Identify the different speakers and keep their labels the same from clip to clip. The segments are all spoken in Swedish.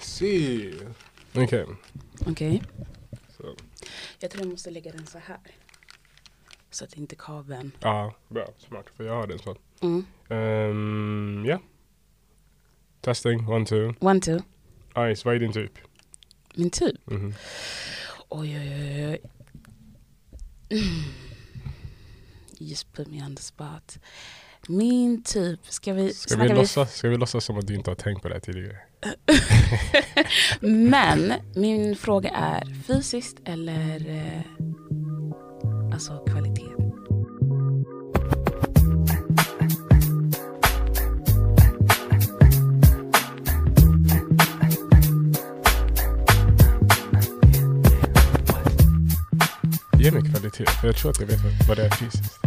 Speaker 1: se.
Speaker 2: Okej.
Speaker 3: Okej.
Speaker 2: Så.
Speaker 3: Jag tror jag måste lägga den så här. Så att inte kabeln...
Speaker 2: Ja, bra. Smart. För jag har den så.
Speaker 3: Mm.
Speaker 2: Ehm, ja. Testing, one, two.
Speaker 3: One, two.
Speaker 2: Ice, vad är din typ?
Speaker 3: Min typ.
Speaker 2: Mhm.
Speaker 3: Oj, oj, oj, oj. You just put me on the spot. Min typ, ska vi...
Speaker 2: Ska, vi
Speaker 3: snackar
Speaker 2: låtsas, ska vi låtsas som att du inte har tänkt på det här tidigare?
Speaker 3: Men min fråga är fysiskt eller eh, alltså kvalitet?
Speaker 2: Ge mig kvalitet, för jag tror att jag vet vad- vad det är fysiskt.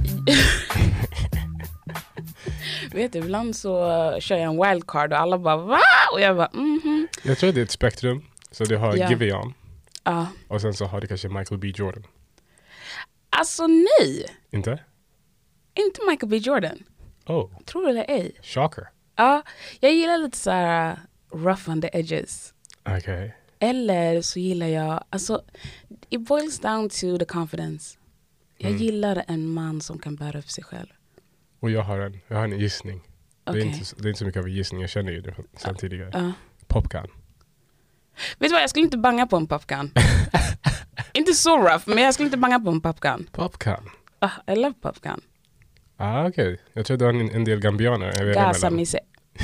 Speaker 3: Vet du, ibland så eh, kör jag en wildcard och alla bara va? Och jag bara mhm.
Speaker 2: Jag tror att det är ett spektrum. Så du har
Speaker 3: Ja.
Speaker 2: Giveon
Speaker 3: Ja.
Speaker 2: och sen så har du kanske Michael B Jordan.
Speaker 3: Alltså nej,
Speaker 2: Inte?
Speaker 3: inte Michael B Jordan.
Speaker 2: Oh,
Speaker 3: Tror du eller ej?
Speaker 2: shocker.
Speaker 3: Ja, jag gillar lite så här eh, rough on the edges.
Speaker 2: Okej.
Speaker 3: Eller så gillar jag, alltså it boils down to the confidence. Jag
Speaker 2: Mm.
Speaker 3: gillar en man som kan bära upp sig själv.
Speaker 2: Och jag har en, jag har en gissning. Det, är
Speaker 3: Okej.
Speaker 2: inte, så- det är inte så mycket av en gissning, jag känner ju det från- sen tidigare.
Speaker 3: Ja.
Speaker 2: Popcorn.
Speaker 3: Vet du vad, jag skulle inte banga på en popcorn. inte så rough, men jag skulle inte banga på en popcorn.
Speaker 2: Popcorn.
Speaker 3: Ah, I love popcorn.
Speaker 2: Ah, okej. Jag tror att du har en, en del gambianer. jag vet
Speaker 3: Gaza
Speaker 2: emellan.
Speaker 3: misse.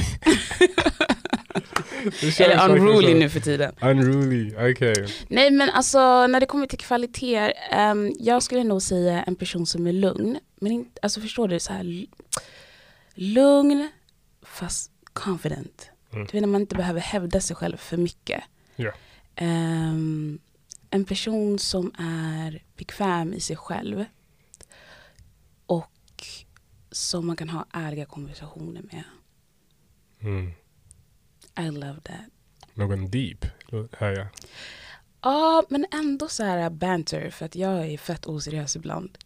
Speaker 2: Det känns
Speaker 3: Eller
Speaker 2: verkligen
Speaker 3: unruly
Speaker 2: så.
Speaker 3: nu för tiden.
Speaker 2: Unruly, okej.
Speaker 3: Nej men alltså när det kommer till kvaliteter, ehm, jag skulle nog säga en person som är lugn. Men inte, alltså förstår du, så här l- lugn fast confident.
Speaker 2: Mm.
Speaker 3: Du vet när man inte behöver hävda sig själv för mycket.
Speaker 2: Ja.
Speaker 3: Ehm, en person som är bekväm i sig själv och som man kan ha ärliga konversationer med.
Speaker 2: Mm.
Speaker 3: I love that.
Speaker 2: Någon deep, lå- hör jag.
Speaker 3: Ja, men ändå så här äh, banter för att jag är fett oseriös ibland.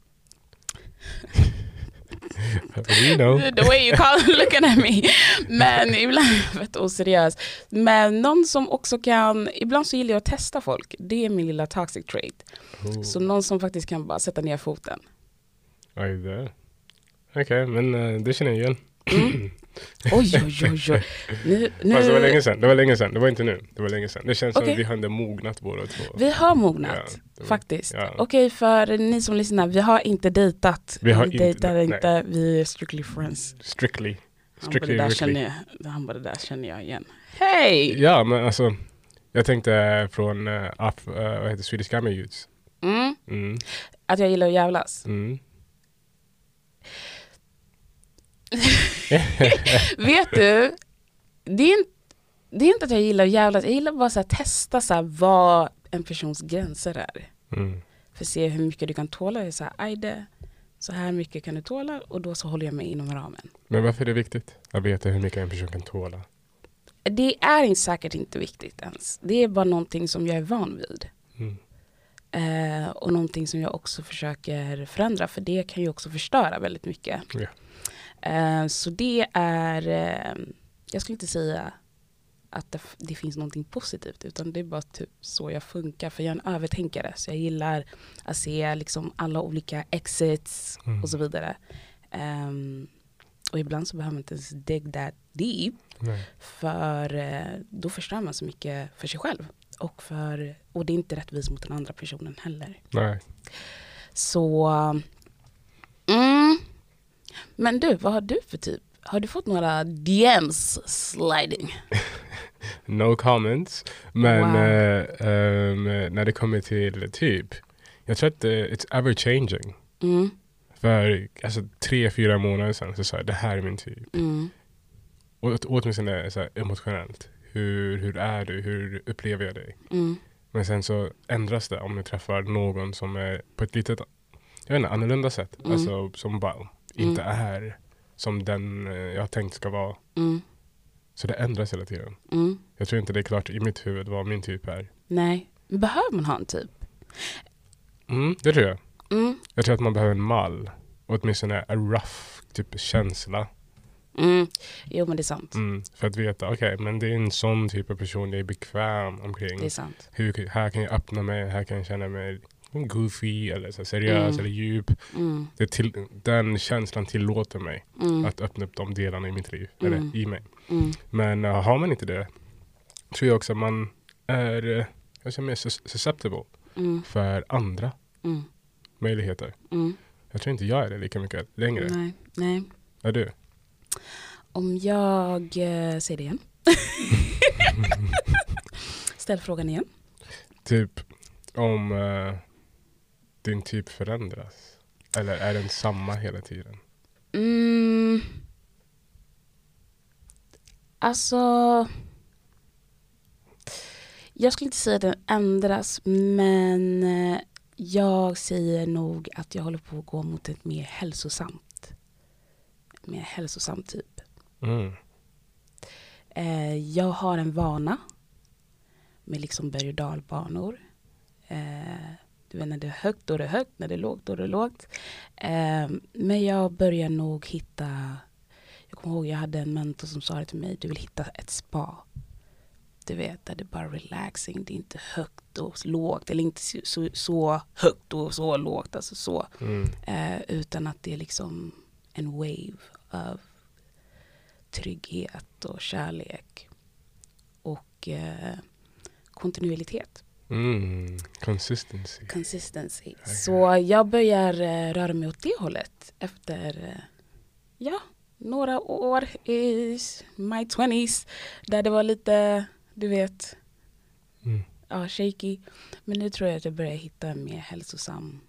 Speaker 2: You know.
Speaker 3: The way you call looking at me. Men ibland är jag fett oseriös. Men någon som också kan, ibland så gillar jag att testa folk. Det är min lilla toxic trait.
Speaker 2: Oh.
Speaker 3: Så någon som faktiskt kan bara sätta ner foten.
Speaker 2: Oj, där. Okej, men eh, det känner jag igen.
Speaker 3: Oj, oj, oj, oj. Nu, nu,
Speaker 2: Fast det var länge sedan, det var länge sedan, det var inte nu. Det var länge sedan. Det känns som
Speaker 3: Okej.
Speaker 2: att vi hade mognat båda två.
Speaker 3: Vi har mognat,
Speaker 2: Ja, det var-
Speaker 3: faktiskt.
Speaker 2: ja.
Speaker 3: Okej, för ni som lyssnar, vi har inte dejtat.
Speaker 2: Vi har inte-
Speaker 3: dejtar
Speaker 2: nej.
Speaker 3: inte, vi är strictly friends.
Speaker 2: Strictly.
Speaker 3: Han bara, det
Speaker 2: Strictly
Speaker 3: där
Speaker 2: Rickly.
Speaker 3: känner jag, han bara, det där känner jag igen. Hej!
Speaker 2: Ja, men alltså. Jag tänkte från uh, Af, eh, vad heter Swedish Gamma Youths.
Speaker 3: Mm,
Speaker 2: Mm,
Speaker 3: att jag gillar att jävlas.
Speaker 2: mm.
Speaker 3: Vet du, det är, inte, det är inte att jag gillar att jävlas, jag gillar bara så här, testa så här, vad en persons gränser är.
Speaker 2: Mm.
Speaker 3: För att se hur mycket du kan tåla. Jag är Så här, "Aj, det- så här mycket kan du tåla och då så håller jag mig inom ramen.
Speaker 2: Men varför är det viktigt att veta hur mycket en person kan tåla?
Speaker 3: Det är inte- säkert inte viktigt ens. Det är bara någonting som jag är van vid.
Speaker 2: Mm.
Speaker 3: Eh, och någonting som jag också försöker förändra, för det kan ju också förstöra väldigt mycket.
Speaker 2: Ja.
Speaker 3: Eh, så det är, eh, jag skulle inte säga att det, f- det finns någonting positivt, utan det är bara typ så jag funkar, för jag är en övertänkare, så jag gillar att se liksom alla olika exits
Speaker 2: Mm.
Speaker 3: och så vidare. Ehm, och ibland så behöver man inte ens dig that deep,
Speaker 2: Nej.
Speaker 3: för eh, då förstör man så mycket för sig själv. Och, för, och det är inte rättvist mot den andra personen heller.
Speaker 2: Nej.
Speaker 3: Så... Mm. Men du, vad har du för typ? Har du fått några DMs sliding?
Speaker 2: No comments. Men
Speaker 3: Wow.
Speaker 2: eh, ehm, när det kommer till typ, jag tror att eh, it's ever changing.
Speaker 3: Mm,
Speaker 2: För alltså, tre, fyra månader sedan så sa jag det här är min typ.
Speaker 3: mm,
Speaker 2: Och åt- åtminstone så här, emotionellt. Hur, hur är du? Hur upplever jag dig?
Speaker 3: mm,
Speaker 2: Men sen så ändras det om jag träffar någon som är på ett litet, jag vet inte, annorlunda sätt.
Speaker 3: Mm.
Speaker 2: Alltså som bara inte är som den eh, jag har tänkt ska vara.
Speaker 3: mm,
Speaker 2: Så det ändras hela tiden.
Speaker 3: mm.
Speaker 2: Jag tror inte det är klart i mitt huvud vad min typ är.
Speaker 3: Nej, Men behöver man ha en typ?
Speaker 2: Mm, det tror jag.
Speaker 3: Mm,
Speaker 2: Jag tror att man behöver en mall. Åtminstone en rough typ känsla
Speaker 3: Mm. Jo men det är sant.
Speaker 2: Mm, för att veta, okej, men det är en sån typ av person jag är bekväm omkring.
Speaker 3: Det är sant.
Speaker 2: Hur, här kan jag öppna mig, här kan jag känna mig goofy eller så här seriös
Speaker 3: Mm.
Speaker 2: eller djup.
Speaker 3: Mm.
Speaker 2: Det till, den känslan tillåter mig
Speaker 3: Mm.
Speaker 2: att öppna upp de delarna i mitt liv,
Speaker 3: Mm.
Speaker 2: eller i mig.
Speaker 3: Mm.
Speaker 2: Men eh, har man inte det, tror jag också att man är eh, jag känner mer sus- susceptible
Speaker 3: Mm.
Speaker 2: för andra
Speaker 3: Mm.
Speaker 2: möjligheter.
Speaker 3: Mm.
Speaker 2: Jag tror inte jag är det lika mycket längre.
Speaker 3: Nej. Nej.
Speaker 2: Är du?
Speaker 3: Om jag eh, säger det igen. Ställ frågan igen.
Speaker 2: Typ om eh, din typ förändras. Eller är den samma hela tiden?
Speaker 3: Mm. Alltså. Jag skulle inte säga att den ändras men eh, jag säger nog att jag håller på att gå mot ett mer hälsosamt. Mer hälsosamt typ.
Speaker 2: Mm.
Speaker 3: Eh, jag har en vana med liksom berg och dalbanor. Eh, du vet när det är högt då är det högt, när det är lågt då är det lågt. Eh, men jag börjar nog hitta, jag kommer ihåg jag hade en mentor som sa det till mig, du vill hitta ett spa. Du vet där det är bara relaxing, det är inte högt och lågt eller inte så- så, så högt och så lågt, alltså så.
Speaker 2: Mm.
Speaker 3: Eh, utan att det är liksom en wave av trygghet och kärlek. Och eh, kontinuitet,
Speaker 2: Mm. Consistency.
Speaker 3: consistency. Så jag börjar eh, röra mig åt det hållet efter, eh, ja, några år i my 20s. Där det var lite, du vet,
Speaker 2: Mm.
Speaker 3: ja, shaky. Men nu tror jag att jag börjar hitta en mer hälsosam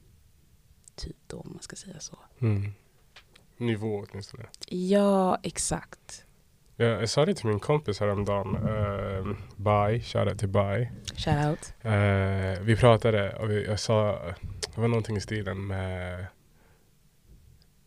Speaker 3: typ då, om man ska säga så.
Speaker 2: Mm. Nivå åtminstone.
Speaker 3: Ja, exakt.
Speaker 2: Jag, jag sa det till min kompis häromdagen. Uh, bye, shoutout till bye.
Speaker 3: Shoutout.
Speaker 2: Eh, vi pratade och vi, jag sa, det var någonting i stilen med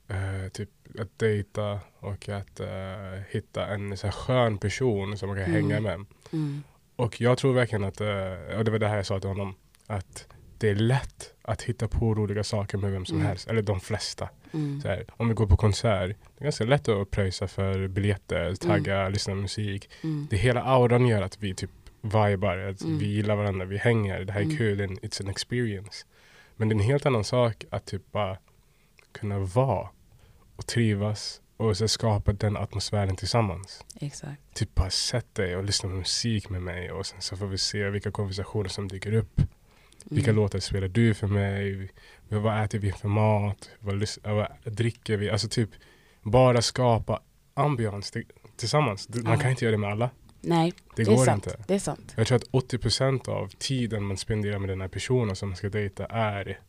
Speaker 2: eh, typ att dejta och att eh, hitta en så här skön person som man kan
Speaker 3: Mm.
Speaker 2: hänga med.
Speaker 3: Mm.
Speaker 2: Och jag tror verkligen att, eh, och det var det här jag sa till honom, att det är lätt att hitta på roliga saker med vem som
Speaker 3: Mm.
Speaker 2: helst, eller de flesta.
Speaker 3: Mm.
Speaker 2: Så här, om vi går på konsert, det är ganska lätt att pröjsa för biljetter, tagga, lyssna på musik.
Speaker 3: Mm.
Speaker 2: Det hela auran gör att vi typ vibar, att
Speaker 3: Mm.
Speaker 2: vi gillar varandra, vi hänger, det här är
Speaker 3: Mm.
Speaker 2: kul, det är en- it's an experience. Men det är en helt annan sak att typ bara kunna vara och trivas och så skapa den atmosfären tillsammans.
Speaker 3: Exakt.
Speaker 2: Typ bara sätt dig och lyssna på musik med mig och sen så får vi se vilka konversationer som dyker upp.
Speaker 3: Mm.
Speaker 2: Vilka låtar spelar du för mig? Vad äter vi för mat? Vad, lys- äh, vad dricker vi? Alltså typ bara skapa ambiance till- tillsammans. Du- Man
Speaker 3: Ja.
Speaker 2: kan inte göra det med alla.
Speaker 3: Nej,
Speaker 2: Det,
Speaker 3: är
Speaker 2: går
Speaker 3: sant.
Speaker 2: inte.
Speaker 3: Det är sant.
Speaker 2: Jag tror att 80% av tiden man spenderar med den här personen som man ska dejta är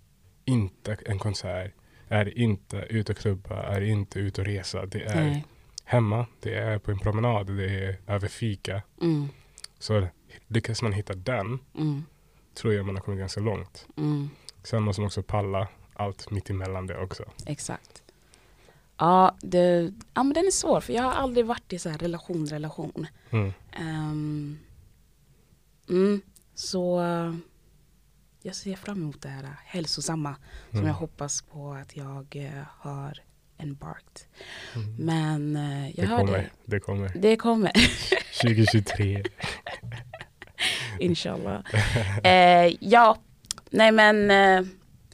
Speaker 2: inte en konsert, är inte ute och klubba, är inte ute och resa. Det är
Speaker 3: Nej.
Speaker 2: hemma, det är på en promenad, det är över fika.
Speaker 3: Mm.
Speaker 2: Så lyckas man hitta den
Speaker 3: Mm.
Speaker 2: tror jag man har kommit ganska långt.
Speaker 3: Mm.
Speaker 2: Sen måste man också palla allt mitt emellan det också.
Speaker 3: Exakt. Ja, det, ja, men den är svår för jag har aldrig varit i så här relation, relation.
Speaker 2: Mm.
Speaker 3: Ehm, mm, så eh, jag ser fram emot det här eh, hälsosamma som
Speaker 2: Mm.
Speaker 3: jag hoppas på att jag eh, har embarked.
Speaker 2: Mm.
Speaker 3: Men eh, jag
Speaker 2: Det
Speaker 3: hör
Speaker 2: kommer,
Speaker 3: dig.
Speaker 2: det kommer.
Speaker 3: Det kommer.
Speaker 2: 2023.
Speaker 3: Inshallah. Eh, ja, nej men eh,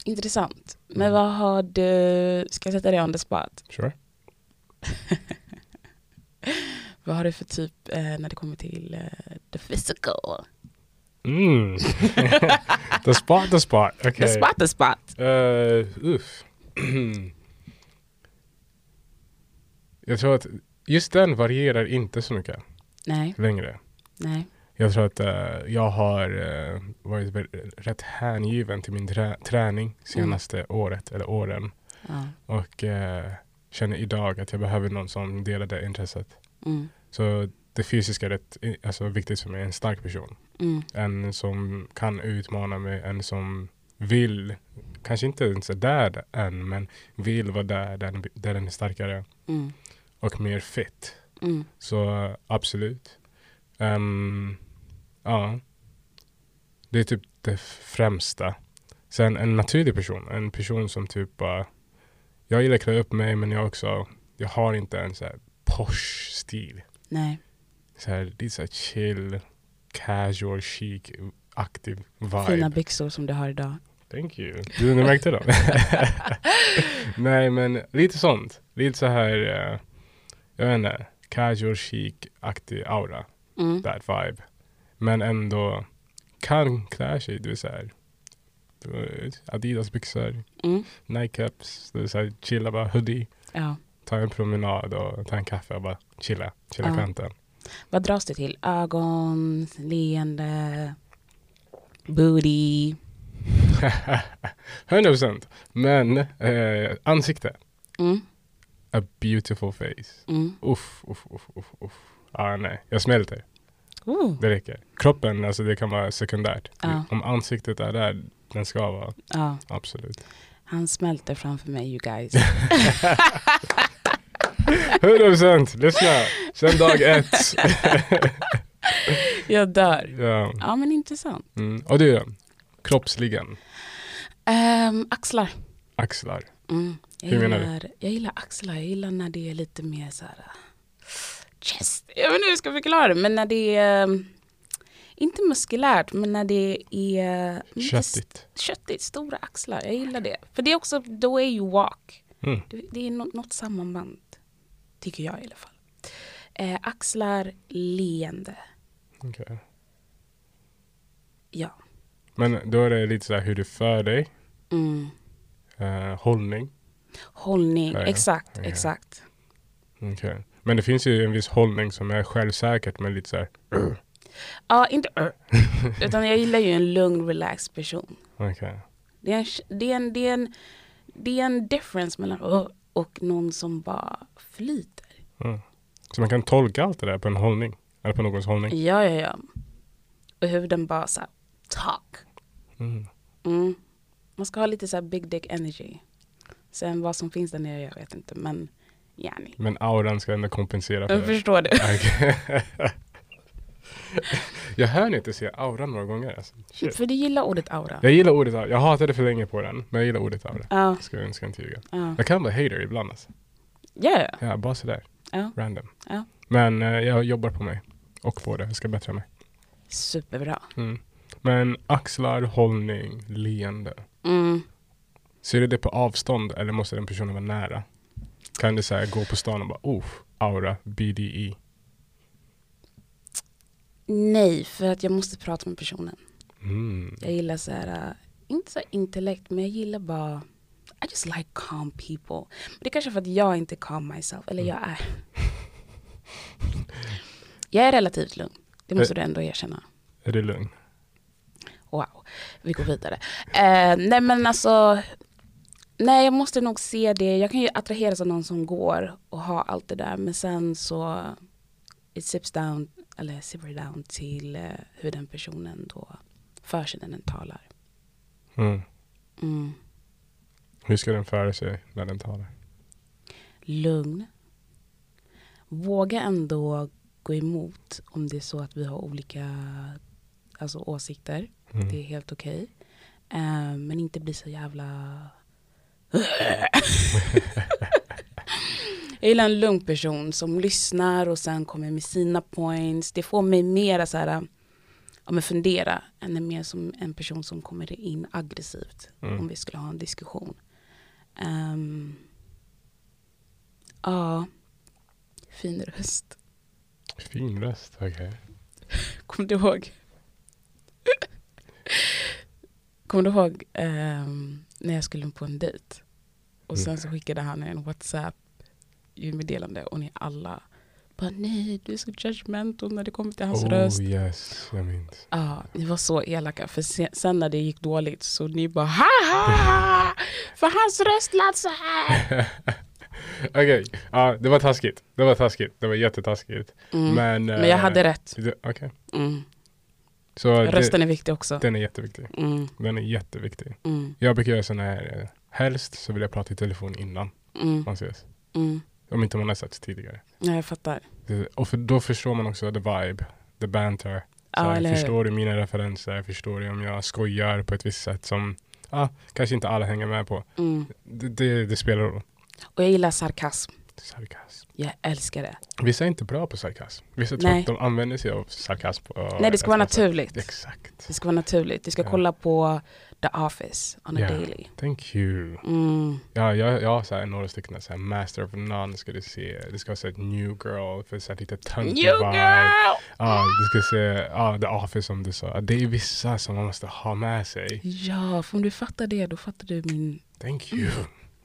Speaker 3: intressant. Men
Speaker 2: Mm.
Speaker 3: vad har du, ska jag sätta dig on the spot?
Speaker 2: Sure.
Speaker 3: Vad har du för typ eh, när det kommer till eh, the physical?
Speaker 2: Mm. the spot, the spot. Okay.
Speaker 3: The spot, the spot.
Speaker 2: Eh, uff. jag tror att just den varierar inte så mycket
Speaker 3: Nej,
Speaker 2: längre.
Speaker 3: nej.
Speaker 2: Jag tror att eh, jag har eh, varit väl- rätt hängiven till min trä- träning senaste året eller åren
Speaker 3: Ja.
Speaker 2: och eh, känner idag att jag behöver någon som delar det intresset.
Speaker 3: Mm,
Speaker 2: Så det fysiska är rätt, i- alltså, viktigt för mig, en stark person.
Speaker 3: mm,
Speaker 2: En som kan utmana mig, en som vill, kanske inte ens är där än, men vill vara där, där, den- där den är starkare
Speaker 3: mm,
Speaker 2: och mer fit.
Speaker 3: mm.
Speaker 2: Så eh, absolut. Ehm, ja. Det är typ det främsta. Sen en naturlig person, en person som typ bara, jag gillar att klä upp mig men jag också, jag har inte en så här posh-stil.
Speaker 3: Nej.
Speaker 2: Så här, lite så här chill, casual, chic, aktiv vibe.
Speaker 3: Fina byxor som du har idag.
Speaker 2: Thank you. Du, du märkte det? Nej, men lite sånt. Lite så här, eh, jag vet inte, casual chic-aktig aura.
Speaker 3: Mm.
Speaker 2: That vibe. Men ändå kan klä sig, du är så här. du vet, Adidas-byxor,
Speaker 3: Mm.
Speaker 2: Nike-caps, du är så här, chilla bara, hoodie.
Speaker 3: Ja.
Speaker 2: Ta en promenad och ta en kaffe och bara chilla, chilla
Speaker 3: Ja.
Speaker 2: kanten.
Speaker 3: Vad dras du till? Ögon, leende, booty.
Speaker 2: 100% Men eh, ansikte,
Speaker 3: Mm.
Speaker 2: a beautiful face.
Speaker 3: Mm.
Speaker 2: Uff, uff, uff, uff, uff. Ah, nej, jag smälter.
Speaker 3: Oh.
Speaker 2: Det räcker. Kroppen, alltså det kan vara sekundärt.
Speaker 3: Ja.
Speaker 2: Om ansiktet är där den ska vara,
Speaker 3: Ja,
Speaker 2: absolut.
Speaker 3: han smälter framför mig you guys.
Speaker 2: 100% lyssna! Sen dag ett.
Speaker 3: Jag dör.
Speaker 2: ja.
Speaker 3: Ja men intressant.
Speaker 2: mm. Och du, kroppsligen,
Speaker 3: Ehm, axlar.
Speaker 2: axlar.
Speaker 3: Mm. Jag
Speaker 2: Hur menar
Speaker 3: gillar,
Speaker 2: du?
Speaker 3: Jag gillar axlar, jag gillar när det är lite mer så här... äh, Chest. Jag vet inte hur jag ska förklara det, men när det är... ehm, Inte muskulärt, men när det är... mycket
Speaker 2: Köttigt.
Speaker 3: st- Köttigt, stora axlar. Jag gillar det. För det är också the way you walk.
Speaker 2: Mm.
Speaker 3: Det, det är nå- något sammanband, tycker jag i alla fall. Eh, axlar, leende.
Speaker 2: Okej.
Speaker 3: Ja.
Speaker 2: Men då är det lite så här hur du för dig,
Speaker 3: Mm.
Speaker 2: eh, hållning.
Speaker 3: Hållning,
Speaker 2: Ja, ja.
Speaker 3: exakt,
Speaker 2: Ja, ja.
Speaker 3: exakt.
Speaker 2: Okej. Men det finns ju en viss hållning som är självsäkert men lite så här,
Speaker 3: Ja, inte... äh. Utan jag gillar ju en lugn, relaxed person.
Speaker 2: okej.
Speaker 3: Det är en, det är en, det är en, det är en difference mellan "Åh", och någon som bara flyter.
Speaker 2: Mm. Så man kan tolka allt det där på en hållning, eller på någons hållning.
Speaker 3: Ja, ja, ja. Och huden bara så här, talk.
Speaker 2: Mm.
Speaker 3: Mm. Man ska ha lite så här big dick energy. Sen vad som finns där nere, jag vet inte, men yani.
Speaker 2: Men auran ska ändå kompensera för
Speaker 3: Jag
Speaker 2: det.
Speaker 3: förstår det.
Speaker 2: Okej. jag hör inte säga aura några gånger. Alltså. Shit.
Speaker 3: För du gillar ordet aura.
Speaker 2: Jag gillar ordet aura. Jag hatade för länge på den, men jag gillar ordet aura.
Speaker 3: Ja,
Speaker 2: Ska jag ska inte ljuga.
Speaker 3: ja.
Speaker 2: Jag kan vara hater ibland alltså.
Speaker 3: Ja, ja.
Speaker 2: Ja, bara sådär.
Speaker 3: Ja.
Speaker 2: Random.
Speaker 3: Ja.
Speaker 2: Men eh, jag jobbar på mig. Och på det. Jag ska bättra mig.
Speaker 3: Superbra.
Speaker 2: Mm. Men axlar, hållning, leende.
Speaker 3: Mm.
Speaker 2: Ser du det på avstånd eller måste den personen vara nära? Kan du säga gå på stan och bara oh, aura, E." BDE.
Speaker 3: Nej, för att jag måste prata med personen.
Speaker 2: Mm.
Speaker 3: Jag gillar så här, äh, inte så här intellekt, men jag gillar bara, I just like calm people. Men det är kanske är för att jag inte är calm myself, eller jag är. jag är relativt lugn, det måste du ändå erkänna.
Speaker 2: Är du lugn?
Speaker 3: Wow, vi går vidare. Eh, nej men alltså, nej jag måste nog se det, jag kan ju attraheras av någon som går och har allt det där, men sen så, it sips down, eller sipper down till eh, hur den personen då för sig när den talar.
Speaker 2: Mm.
Speaker 3: Mm.
Speaker 2: Hur ska den föra sig när den talar?
Speaker 3: lugn. Våga ändå gå emot om det är så att vi har olika alltså, åsikter.
Speaker 2: Mm.
Speaker 3: Det är helt okej. Eh, men inte bli så jävla... Jag gillar en lugn person som lyssnar och sen kommer med sina points. Det får mig mera så här, ja, men fundera än mer som en person som kommer in aggressivt
Speaker 2: Mm.
Speaker 3: om vi skulle ha en diskussion. Ehm, ja, fin röst.
Speaker 2: Fin röst, okej.
Speaker 3: Kommer du ihåg? Kommer du ihåg ehm, när jag skulle på en dejt? Och sen så skickade han en WhatsApp meddelande och ni alla bara nej, du är så judgmental när det kommer till hans
Speaker 2: oh
Speaker 3: röst.
Speaker 2: yes, jag minns.
Speaker 3: Ja, ni var så elaka. För sen, sen när det gick dåligt så ni bara ha ha ha! För hans röst lät så här.
Speaker 2: Okej, ja, det var taskigt. Det var taskigt. Det var jättetaskigt.
Speaker 3: Mm. Men,
Speaker 2: Men,
Speaker 3: jag
Speaker 2: eh,
Speaker 3: hade rätt.
Speaker 2: det- Okej.
Speaker 3: Mm.
Speaker 2: Så det,
Speaker 3: Rösten är viktig också.
Speaker 2: den är jätteviktig.
Speaker 3: Mm,
Speaker 2: Den är jätteviktig.
Speaker 3: mm,
Speaker 2: Jag brukar göra sådana här, eh, helst så vill jag prata i telefon innan
Speaker 3: mm,
Speaker 2: man ses.
Speaker 3: mm.
Speaker 2: Om inte man har setts tidigare.
Speaker 3: Ja, jag fattar.
Speaker 2: Det- Och för, då förstår man också the vibe, the banter. Så
Speaker 3: Ja,
Speaker 2: här,
Speaker 3: eller hur?
Speaker 2: förstår du mina referenser? Förstår du om jag skojar på ett visst sätt som ah, kanske inte alla hänger med på?
Speaker 3: Mm.
Speaker 2: Det, det, det spelar roll.
Speaker 3: Och jag gillar sarkasm.
Speaker 2: Sarkasm.
Speaker 3: Jag älskar det.
Speaker 2: Vissa är inte bra på sarkasm. Vissa tror
Speaker 3: Nej.
Speaker 2: att de använder sig av sarkasm. och-
Speaker 3: Nej, det ska vara
Speaker 2: alltså,
Speaker 3: naturligt.
Speaker 2: Exakt.
Speaker 3: Det ska vara naturligt. Du ska
Speaker 2: Ja.
Speaker 3: kolla på The Office on a
Speaker 2: Ja.
Speaker 3: daily.
Speaker 2: Thank you.
Speaker 3: Mm.
Speaker 2: Ja, jag, jag har så här, några stycken så här, Master of None ska du se. Du ska se ett New Girl för så här, lite töntig
Speaker 3: New
Speaker 2: vibe.
Speaker 3: girl!
Speaker 2: Ja, du ska se ja, The Office som du sa. Det är vissa som man måste ha med sig.
Speaker 3: Ja, för om du fattar det, då fattar du min...
Speaker 2: Thank you.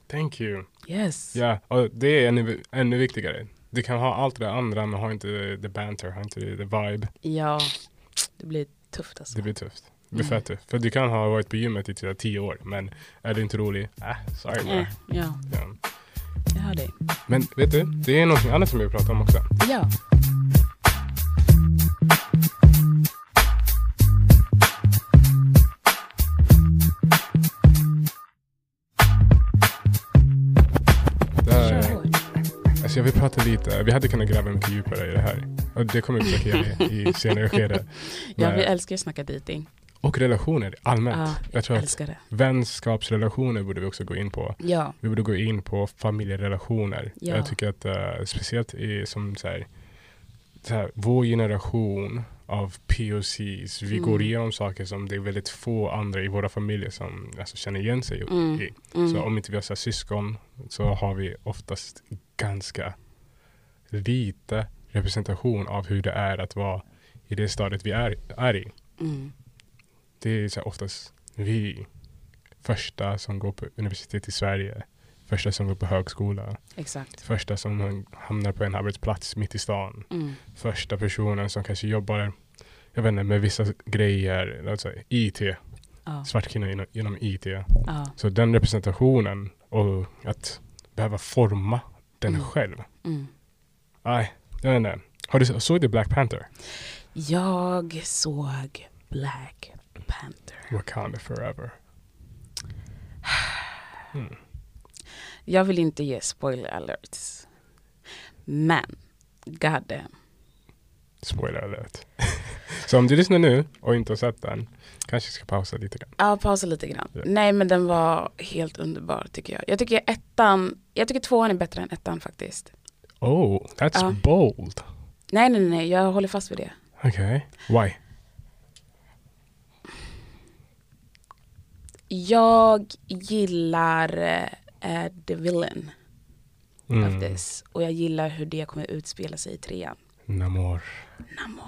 Speaker 2: Thank you.
Speaker 3: Yes.
Speaker 2: Ja, och det är ännu, ännu viktigare. Du kan ha allt det andra men ha inte the banter, ha inte the vibe.
Speaker 3: Ja, det blir tufft alltså.
Speaker 2: Det blir tufft. Det blir
Speaker 3: Mm.
Speaker 2: för tufft. För du kan ha varit på gymmet i typ tio år men är du inte rolig, äh, sorry bara.
Speaker 3: Eh, ja,
Speaker 2: Ja.
Speaker 3: jag hör dig.
Speaker 2: Men vet du, det är någonting annat som vi vill prata om också.
Speaker 3: Ja.
Speaker 2: Det här,
Speaker 3: Kör hårt.
Speaker 2: Alltså jag vill prata lite, vi hade kunnat gräva mycket djupare i det här. Och det kommer vi försöka göra i, i senare skede.
Speaker 3: Ja,
Speaker 2: Men-
Speaker 3: vi älskar ju att snacka dating.
Speaker 2: och relationer allmänt.
Speaker 3: Ja,
Speaker 2: jag tror att
Speaker 3: Älskar det.
Speaker 2: vänskapsrelationer borde vi också gå in på.
Speaker 3: Ja,
Speaker 2: Vi borde gå in på familjerelationer.
Speaker 3: Ja.
Speaker 2: Jag tycker att eh, speciellt i, som så här, så här, vår generation av POCs, vi
Speaker 3: Mm.
Speaker 2: går igenom saker som det är väldigt få andra i våra familjer som alltså, känner igen sig i.
Speaker 3: Mm. mm.
Speaker 2: Så om inte vi har så här, syskon så har vi oftast ganska lite representation av hur det är att vara i det stadiet vi är, är i.
Speaker 3: Mm.
Speaker 2: Det är så här, oftast vi första som går på universitet i Sverige, första som går på högskola,
Speaker 3: Exakt.
Speaker 2: första som hamnar på en arbetsplats mitt i stan,
Speaker 3: Mm.
Speaker 2: första personen som kanske jobbar jag vet inte, med vissa grejer, alltså IT,
Speaker 3: Ja,
Speaker 2: svart kvinna inom, inom IT.
Speaker 3: ja.
Speaker 2: Så den representationen och att behöva forma den
Speaker 3: Mm.
Speaker 2: själv.
Speaker 3: Mm.
Speaker 2: Nej, jag vet inte. Har du, såg du Black Panther?
Speaker 3: Jag såg Black Panther.
Speaker 2: Wakanda forever.
Speaker 3: Jag vill inte ge spoiler alerts. Men, god damn.
Speaker 2: Spoiler alert. så om du lyssnar nu och inte har sett den, kanske ska pausa lite grann.
Speaker 3: Ja, pausa lite grann.
Speaker 2: Ja.
Speaker 3: Nej, men den var helt underbar tycker jag. Jag tycker ettan, jag tycker tvåan är bättre än ettan faktiskt.
Speaker 2: Oh, that's
Speaker 3: Ja.
Speaker 2: bold.
Speaker 3: Nej, nej, nej, jag håller fast vid det.
Speaker 2: Okay. Why?
Speaker 3: Jag gillar eh, eh, the villain
Speaker 2: Mm.
Speaker 3: of this. Och jag gillar hur det kommer utspela sig i trean.
Speaker 2: Namor.
Speaker 3: Namor.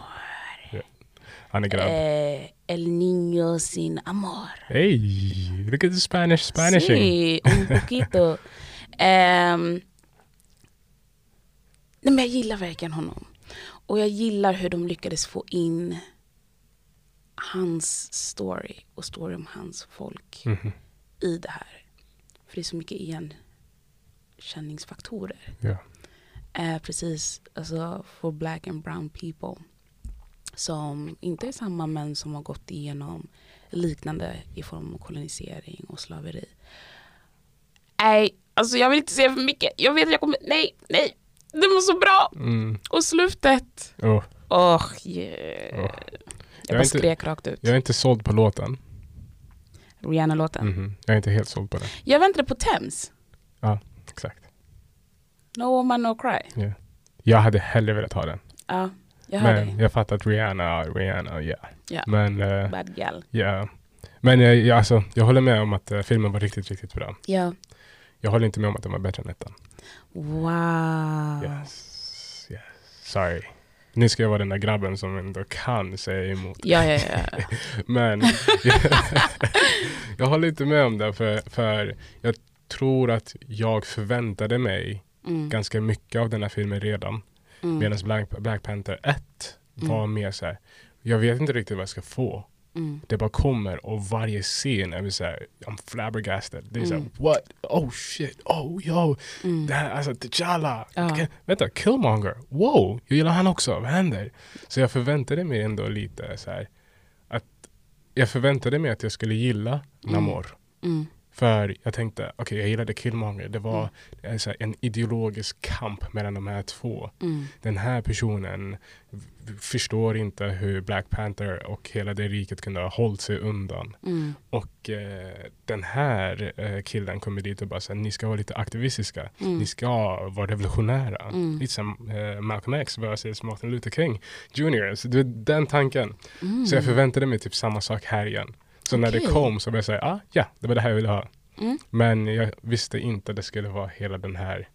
Speaker 2: Han är grabb.
Speaker 3: Eh, El Niño sin amor.
Speaker 2: Hey, look at the Spanish Spanishing.
Speaker 3: Sí, un poquito. Ehm, nej men jag gillar verkligen honom. Och jag gillar hur de lyckades få in hans story och story om hans folk
Speaker 2: Mhm.
Speaker 3: i det här. För det är så mycket igenkänningsfaktorer.
Speaker 2: Ja.
Speaker 3: Eh, precis, alltså för black and brown people. Som inte är samma men som har gått igenom liknande i form av kolonisering och slaveri. Nej, alltså jag vill inte säga för mycket. Jag vet att jag kommer, nej, nej. Det var så bra.
Speaker 2: Mm.
Speaker 3: Och slutet.
Speaker 2: Oh,
Speaker 3: Åh, yeah.
Speaker 2: oh.
Speaker 3: Jag
Speaker 2: är
Speaker 3: bara
Speaker 2: inte-
Speaker 3: skrek rakt ut.
Speaker 2: Jag är inte såld på låten.
Speaker 3: Rihanna-låten.
Speaker 2: Mhm. Jag är inte helt såld på den.
Speaker 3: Jag väntade på Thames.
Speaker 2: Ja, exakt.
Speaker 3: No woman, no cry.
Speaker 2: Ja. Jag hade hellre velat ha den.
Speaker 3: Ja, jag hör
Speaker 2: Men
Speaker 3: dig.
Speaker 2: jag fattar att Rihanna, Rihanna, ja.
Speaker 3: Ja.
Speaker 2: Men, eh,
Speaker 3: Bad gal.
Speaker 2: ja. Men eh, jag, alltså, jag håller med om att eh, filmen var riktigt, riktigt bra.
Speaker 3: Ja.
Speaker 2: Jag håller inte med om att den var bättre än ettan.
Speaker 3: Wow.
Speaker 2: Yes, yes. Sorry. Nu ska jag vara den där grabben som ändå kan säga emot.
Speaker 3: Ja, ja, ja.
Speaker 2: Men jag håller inte med om det för, för jag tror att jag förväntade mig
Speaker 3: Mm.
Speaker 2: ganska mycket av den här filmen redan.
Speaker 3: Mm.
Speaker 2: Medan Black, Black Panther 1 var mer så här, jag vet inte riktigt vad jag ska få.
Speaker 3: Mm.
Speaker 2: Det bara kommer och varje scen är så här, I'm flabbergasted. Det är så här,
Speaker 3: Mm.
Speaker 2: what? Oh shit, oh yo.
Speaker 3: Mm.
Speaker 2: Det här, alltså T'Challa.
Speaker 3: Ja.
Speaker 2: K- Vänta, Killmonger. Wow, jag gillar han också. Vad händer? Så jag förväntade mig ändå lite så här, att jag förväntade mig att jag skulle gilla Namor.
Speaker 3: Mm.
Speaker 2: För jag tänkte, okej jag gillade Killmonger, det var eh, så här, en ideologisk kamp mellan de här två.
Speaker 3: Mm.
Speaker 2: Den här personen v- förstår inte hur Black Panther och hela det riket kunde ha hållit sig undan.
Speaker 3: Mm.
Speaker 2: Och eh, den här eh, killen kommer dit och bara säger, ni ska vara lite aktivistiska.
Speaker 3: Mm.
Speaker 2: Ni ska vara revolutionära.
Speaker 3: Mm.
Speaker 2: Lite som eh, Malcolm X versus Martin Luther King Jr. Så det var den tanken.
Speaker 3: Mm.
Speaker 2: Så jag förväntade mig typ samma sak här igen. Så när det
Speaker 3: Okej.
Speaker 2: kom så var jag säga, ah, ja, det var det här jag ville ha.
Speaker 3: Mm.
Speaker 2: Men jag visste inte att det skulle vara hela den här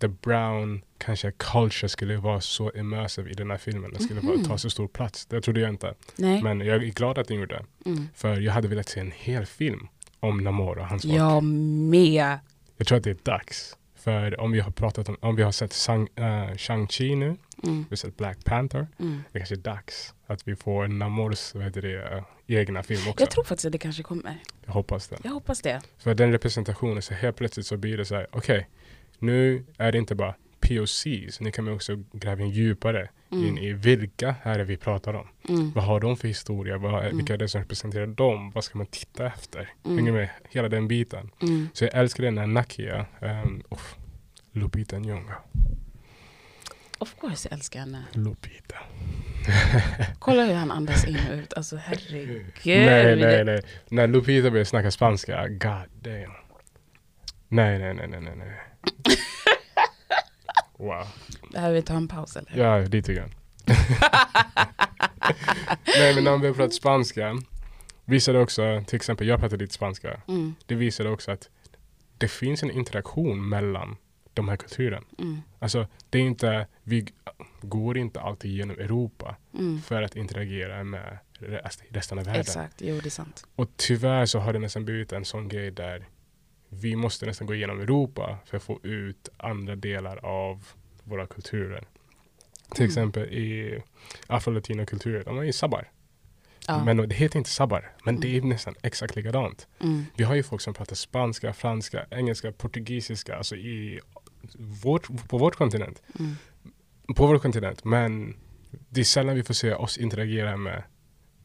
Speaker 2: the brown kanske culture skulle vara så immersive i den här filmen. Det skulle vara,
Speaker 3: Mhm.
Speaker 2: ta så stor plats. Det trodde jag inte.
Speaker 3: Nej.
Speaker 2: Men jag är glad att den gjorde det.
Speaker 3: Mm.
Speaker 2: För jag hade velat se en hel film om Namor och hans folk.
Speaker 3: Jag med.
Speaker 2: Jag tror att det är dags. För om vi har pratat om, om vi har sett Shang, eh, Shang-Chi nu,
Speaker 3: Mm.
Speaker 2: vi har sett Black Panther.
Speaker 3: Mm.
Speaker 2: Det kanske är dags att vi får Namors vad heter det, eh, egna film också.
Speaker 3: Jag tror faktiskt att det kanske kommer.
Speaker 2: jag hoppas det.
Speaker 3: Jag hoppas det.
Speaker 2: För den representationen, så helt plötsligt så blir det så här, okej, nu är det inte bara POCs, nu kan vi också gräva in djupare in i vilka här är vi pratar om.
Speaker 3: Mm.
Speaker 2: Vad har de för historia? Vad, är-
Speaker 3: Mm.
Speaker 2: Vilka är det som representerar dem? Vad ska man titta efter?
Speaker 3: Mm.
Speaker 2: Hänger med? Hela den biten.
Speaker 3: Mm.
Speaker 2: Så jag älskar den här Nakia, um, uff, Lupita Nyong'o.
Speaker 3: Of course jag älskar henne.
Speaker 2: Lupita.
Speaker 3: Kolla hur han andas in och ut. Alltså herregud.
Speaker 2: Nej, nej, nej. När Lupita började snacka spanska, god damn. Nej, nej, nej, nej, nej, nej. Wow.
Speaker 3: Behöver vi ta en paus eller?
Speaker 2: Ja, lite grann. Nej, men när han började prata spanska visade också, till exempel jag pratade lite spanska,
Speaker 3: Mm.
Speaker 2: det visade också att det finns en interaktion mellan de här kulturen.
Speaker 3: Mm.
Speaker 2: Alltså, det är inte, vi g- går inte alltid genom Europa
Speaker 3: Mm.
Speaker 2: för att interagera med rest- resten av världen.
Speaker 3: Exakt, jo det är sant.
Speaker 2: Och tyvärr så har det nästan blivit en sån grej där vi måste nästan gå igenom Europa för att få ut andra delar av våra kulturer. Till
Speaker 3: Mm.
Speaker 2: exempel i afro-latinokulturer, de är ju sabbar.
Speaker 3: Ja.
Speaker 2: Men det heter inte sabbar, men det är nästan exakt likadant.
Speaker 3: Mm.
Speaker 2: Vi har ju folk som pratar spanska, franska, engelska, portugisiska, alltså i vårt, på vårt kontinent.
Speaker 3: Mm.
Speaker 2: På vår kontinent, men det är sällan vi får se oss interagera med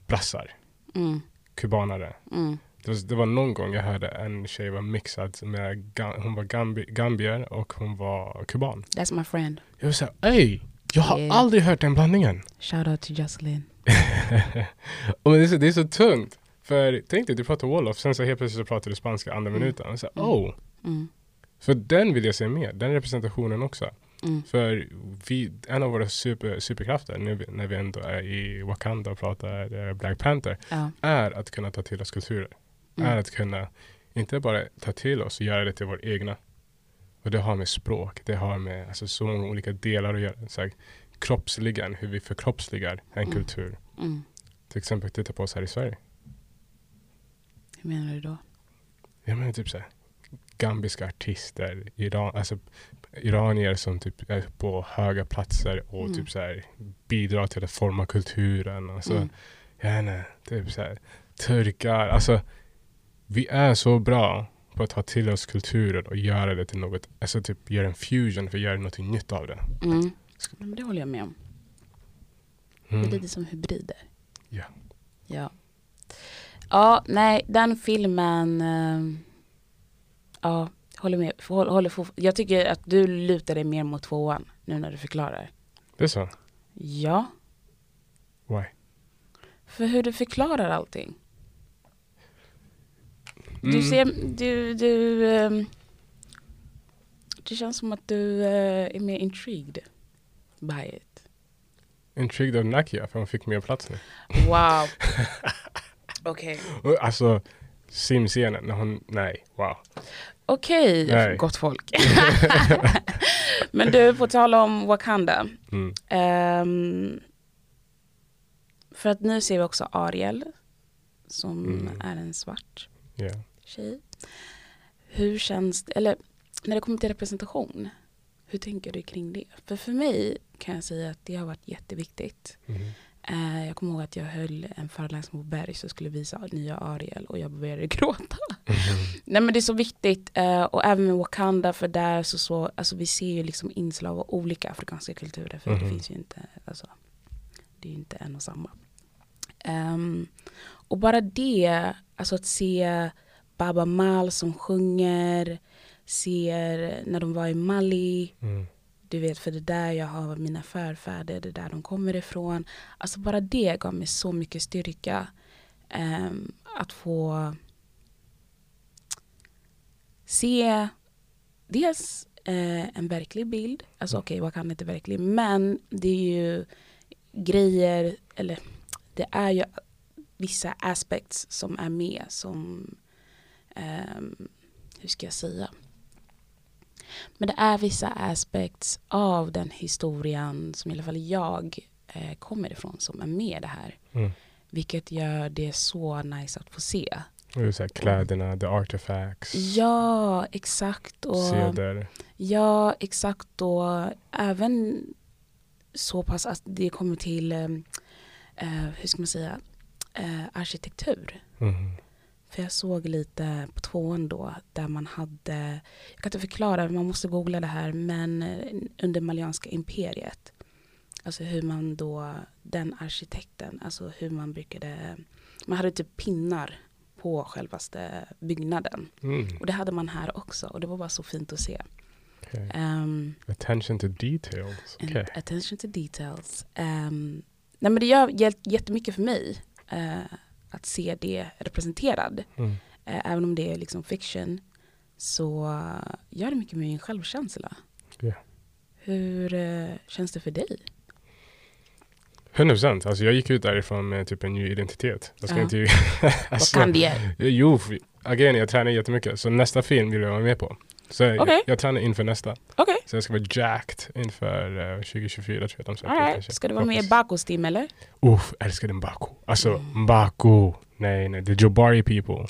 Speaker 2: brassar,
Speaker 3: Mm.
Speaker 2: kubanare,
Speaker 3: Mm.
Speaker 2: det var, det var någon gång jag hörde en tjej var mixad med, Ga- hon var gambi, gambier och hon var kuban.
Speaker 3: That's my friend.
Speaker 2: Jag var såhär, ey, jag har
Speaker 3: Yeah.
Speaker 2: aldrig hört den blandningen.
Speaker 3: Shout out to Jocelyn.
Speaker 2: Och det, är så, det är så tungt. För tänk dig, du pratar wolof, sen så helt plötsligt så pratar du spanska andra
Speaker 3: Mm.
Speaker 2: minuten. Och så, här,
Speaker 3: Mm.
Speaker 2: oh.
Speaker 3: Mm.
Speaker 2: För den vill jag se mer, den representationen också.
Speaker 3: Mm.
Speaker 2: För vi, en av våra super, superkrafter, när vi, när vi ändå är i Wakanda och pratar eh, Black Panther,
Speaker 3: Ja.
Speaker 2: är att kunna ta till oss kulturer. är
Speaker 3: Mm.
Speaker 2: att kunna inte bara ta till oss och göra det till vårt egna. Och det har med språk, det har med alltså, så många olika delar att göra. Så här, kroppsligen, hur vi förkroppsligar en
Speaker 3: Mm.
Speaker 2: kultur.
Speaker 3: Mm.
Speaker 2: Till exempel titta på oss här i Sverige.
Speaker 3: Hur menar du då?
Speaker 2: Jag menar typ så här, gambiska artister, Iran, alltså, iranier som typ är på höga platser och
Speaker 3: Mm.
Speaker 2: typ så här, bidrar till att forma kulturen. Alltså,
Speaker 3: Mm.
Speaker 2: Jag vet inte, typ så här, turkar. Alltså, vi är så bra på att ta till oss kulturer och göra det till något, alltså typ göra en fusion för att göra något nytt av det.
Speaker 3: Mm. Ja, men det håller jag med om. Det är
Speaker 2: Mm.
Speaker 3: lite som hybrider.
Speaker 2: Ja.
Speaker 3: Ja. Ja, nej, den filmen. ehm, ja, håller med. Håll, håller, fortfar- jag tycker att du lutar dig mer mot tvåan nu när du förklarar.
Speaker 2: Det är så.
Speaker 3: Ja,
Speaker 2: Why?
Speaker 3: för hur du förklarar allting. Du
Speaker 2: Mm.
Speaker 3: ser, du, du. ehm, det känns som att du eh, är mer intrigued by it.
Speaker 2: Intrigued av Nakia för hon fick mer plats nu.
Speaker 3: Wow. Okej.
Speaker 2: Och, alltså, simscenen när hon, nej, wow.
Speaker 3: Okej,
Speaker 2: Nej.
Speaker 3: gott folk. Men du, på tal om Wakanda.
Speaker 2: Mm.
Speaker 3: ehm, för att nu ser vi också Ariel, som
Speaker 2: Mm.
Speaker 3: är en svart
Speaker 2: Yeah.
Speaker 3: tjej. Hur känns det, eller när det kommer till representation, hur tänker du kring det? För för mig kan jag säga att det har varit jätteviktigt.
Speaker 2: Mm.
Speaker 3: Eh, jag kommer ihåg att jag höll en föreläsning på Berg som skulle visa nya Ariel och jag började gråta.
Speaker 2: Mm-hmm.
Speaker 3: Nej men det är så viktigt eh, och även med Wakanda för där så, så alltså vi ser ju liksom inslag av olika afrikanska kulturer för
Speaker 2: Mhm.
Speaker 3: det finns ju inte, alltså det är ju inte en och samma. Ehm, och bara det, alltså att se Baba Mal som sjunger, ser när de var i Mali.
Speaker 2: Mm.
Speaker 3: Du vet, för det där jag har mina förfäder, det där de kommer ifrån. Alltså bara det gav mig så mycket styrka. ehm, att få se dels eh, en verklig bild. Alltså okej, vad kan inte verklig? Men det är ju grejer, eller det är ju vissa aspects som är med som, ehm, hur ska jag säga? Men det är vissa aspects av den historien som i alla fall jag eh, kommer ifrån som är med det här.
Speaker 2: Mm.
Speaker 3: Vilket gör det så nice att få se.
Speaker 2: Och det är så här kläderna, the artifacts,
Speaker 3: Ja, exakt. Och,
Speaker 2: seder.
Speaker 3: Ja, exakt. Och även så pass att det kommer till, eh, eh, hur ska man säga, eh, arkitektur.
Speaker 2: Mm.
Speaker 3: För jag såg lite på tvåan då, där man hade, jag kan inte förklara, man måste googla det här, men eh, under Malianska imperiet. Alltså hur man då, den arkitekten, alltså hur man brukade, man hade typ pinnar på självaste byggnaden.
Speaker 2: Mm.
Speaker 3: Och det hade man här också och det var bara så fint att se.
Speaker 2: okej.
Speaker 3: Ehm,
Speaker 2: Attention to details.
Speaker 3: and
Speaker 2: Okej.
Speaker 3: Attention to details. Ehm, nej men det gör hjälpt jättemycket för mig eh, att se det representerad.
Speaker 2: Mm.
Speaker 3: Eh, även om det är liksom fiction så eh, gör det mycket med min självkänsla.
Speaker 2: Ja.
Speaker 3: Hur eh, känns det för dig?
Speaker 2: 100 procent. Alltså jag gick ut därifrån med typ en ny identitet. Jag ska
Speaker 3: Ja.
Speaker 2: inte ju-
Speaker 3: Vad
Speaker 2: alltså,
Speaker 3: kan det?
Speaker 2: Jo, f- again, jag tränar jättemycket. Så nästa film vill jag vara med på. Så
Speaker 3: Okej.
Speaker 2: jag, jag tränar inför nästa.
Speaker 3: Okej,
Speaker 2: Så jag ska vara jacked inför eh, 2024 tror jag de släpper.
Speaker 3: okay.
Speaker 2: kanske.
Speaker 3: right. ska du vara med i
Speaker 2: Hoppas.
Speaker 3: Bakos team eller?
Speaker 2: Uff, älskade Mbaku. Alltså
Speaker 3: Mm.
Speaker 2: Mbaku. Nej, nej. The Jobari people.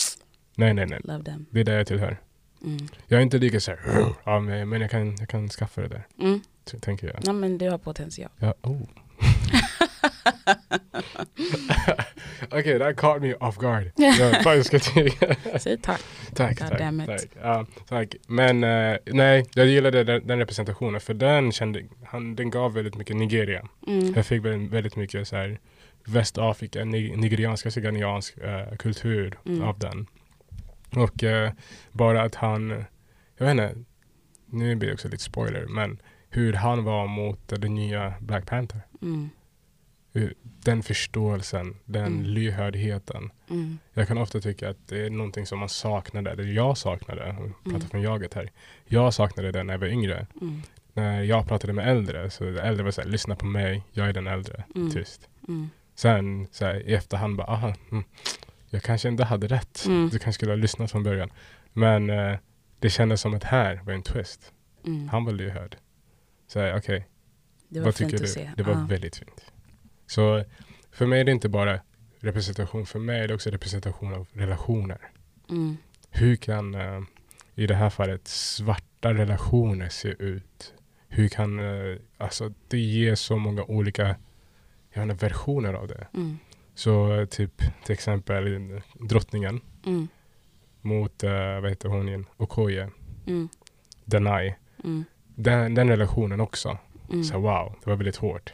Speaker 2: Nej, nej, nej.
Speaker 3: Love them.
Speaker 2: Det är där jag tillhör.
Speaker 3: Mm.
Speaker 2: Jag är inte lika så här, ja, men men jag kan, jag kan skaffa det där,
Speaker 3: Mm.
Speaker 2: t- tänker jag.
Speaker 3: Nej men du har potential.
Speaker 2: Ja, oh. Okej, that caught me off guard. Jag fan, jag ska tyga.
Speaker 3: Säg tack.
Speaker 2: tack,
Speaker 3: God
Speaker 2: tack,
Speaker 3: damn it.
Speaker 2: tack. Ja, tack. Men eh, nej, jag gillade den, den representationen för den kände, han, den gav väldigt mycket Nigeria.
Speaker 3: Mm.
Speaker 2: Jag fick väldigt, väldigt mycket så här Västafrika, ni, nigeriansk och ziganiansk eh, kultur
Speaker 3: Mm.
Speaker 2: av den. Och eh, bara att han, jag vet inte, nu blir det också lite spoiler, men hur han var mot eh, den nya Black Panther.
Speaker 3: Mm.
Speaker 2: Den förståelsen, den
Speaker 3: Mm.
Speaker 2: lyhördheten.
Speaker 3: Mm.
Speaker 2: Jag kan ofta tycka att det är någonting som man saknade, eller jag saknade, jag pratar
Speaker 3: Mm.
Speaker 2: från jaget här. Jag saknade det när jag var yngre.
Speaker 3: Mm.
Speaker 2: När jag pratade med äldre, så de äldre var såhär, lyssna på mig, jag är den äldre,
Speaker 3: Mm.
Speaker 2: tyst.
Speaker 3: Mm.
Speaker 2: Sen så här, i efterhand bara, aha, mm, jag kanske inte hade rätt.
Speaker 3: Mm.
Speaker 2: Du kanske skulle ha lyssnat från början. Men eh, det kändes som att här var en twist.
Speaker 3: Mm.
Speaker 2: Han var lyhörd. Så här, okej,
Speaker 3: Det var
Speaker 2: vad tycker
Speaker 3: fint
Speaker 2: du?
Speaker 3: att se.
Speaker 2: Det var
Speaker 3: Ja.
Speaker 2: väldigt fint. Så för mig är det inte bara representation, för mig är det också representation av relationer.
Speaker 3: Mm.
Speaker 2: Hur kan, eh, i det här fallet, svarta relationer se ut? Hur kan, eh, alltså det ger så många olika, jag vet inte, versioner av det.
Speaker 3: Mm.
Speaker 2: Så eh, typ till exempel eh, drottningen
Speaker 3: Mm.
Speaker 2: mot, eh, vad heter hon igen, Okoye,
Speaker 3: Mm.
Speaker 2: Danai.
Speaker 3: Mm.
Speaker 2: Den, den relationen också.
Speaker 3: Mm.
Speaker 2: Så wow, det var väldigt hårt.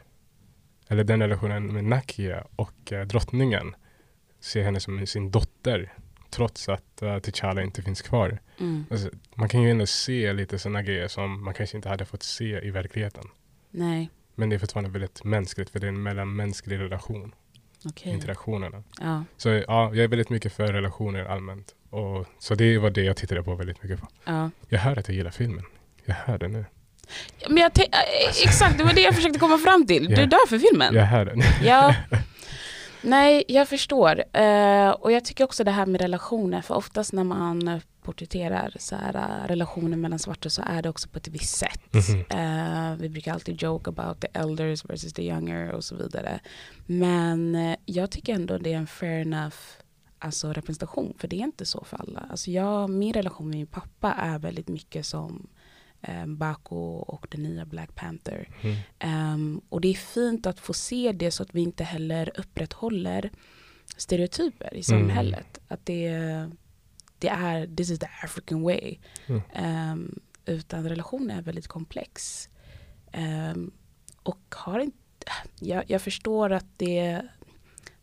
Speaker 2: Eller den relationen med Nakia och eh, drottningen. Ser henne som sin dotter. Trots att eh, T'Challa inte finns kvar.
Speaker 3: Mm.
Speaker 2: Alltså, man kan ju ändå se lite sådana grejer som man kanske inte hade fått se i verkligheten.
Speaker 3: Nej,
Speaker 2: Men det är fortfarande väldigt mänskligt för det är en mellanmänsklig relation.
Speaker 3: okej.
Speaker 2: Interaktionerna.
Speaker 3: Ja.
Speaker 2: Så ja, jag är väldigt mycket för relationer allmänt. Och, så det var det jag tittade på väldigt mycket på.
Speaker 3: Ja.
Speaker 2: Jag hör att jag gillar filmen. Jag hör det nu.
Speaker 3: Men jag tänk- eh, exakt, det var det jag försökte komma fram till. Du
Speaker 2: Ja.
Speaker 3: är där för filmen.
Speaker 2: Jag hör det nu.
Speaker 3: Ja. Nej, jag förstår. Eh, och jag tycker också det här med relationer, för oftast när man porträtterar så här, eh, relationer mellan svarta så är det också på ett visst sätt.
Speaker 2: Mhm.
Speaker 3: Eh, vi brukar alltid joke about the elders versus the younger och så vidare. Men eh, jag tycker ändå det är en fair enough alltså, representation, för det är inte så för alla. Alltså, jag, min relation med min pappa är väldigt mycket som eh, Baco och den nya Black Panther.
Speaker 2: Mm.
Speaker 3: Ehm, och det är fint att få se det så att vi inte heller upprätthåller stereotyper i samhället. Att det, det är, this is the African way.
Speaker 2: Mm.
Speaker 3: Ehm, utan relationen är väldigt komplex. Ehm, och har inte, jag, jag förstår att det,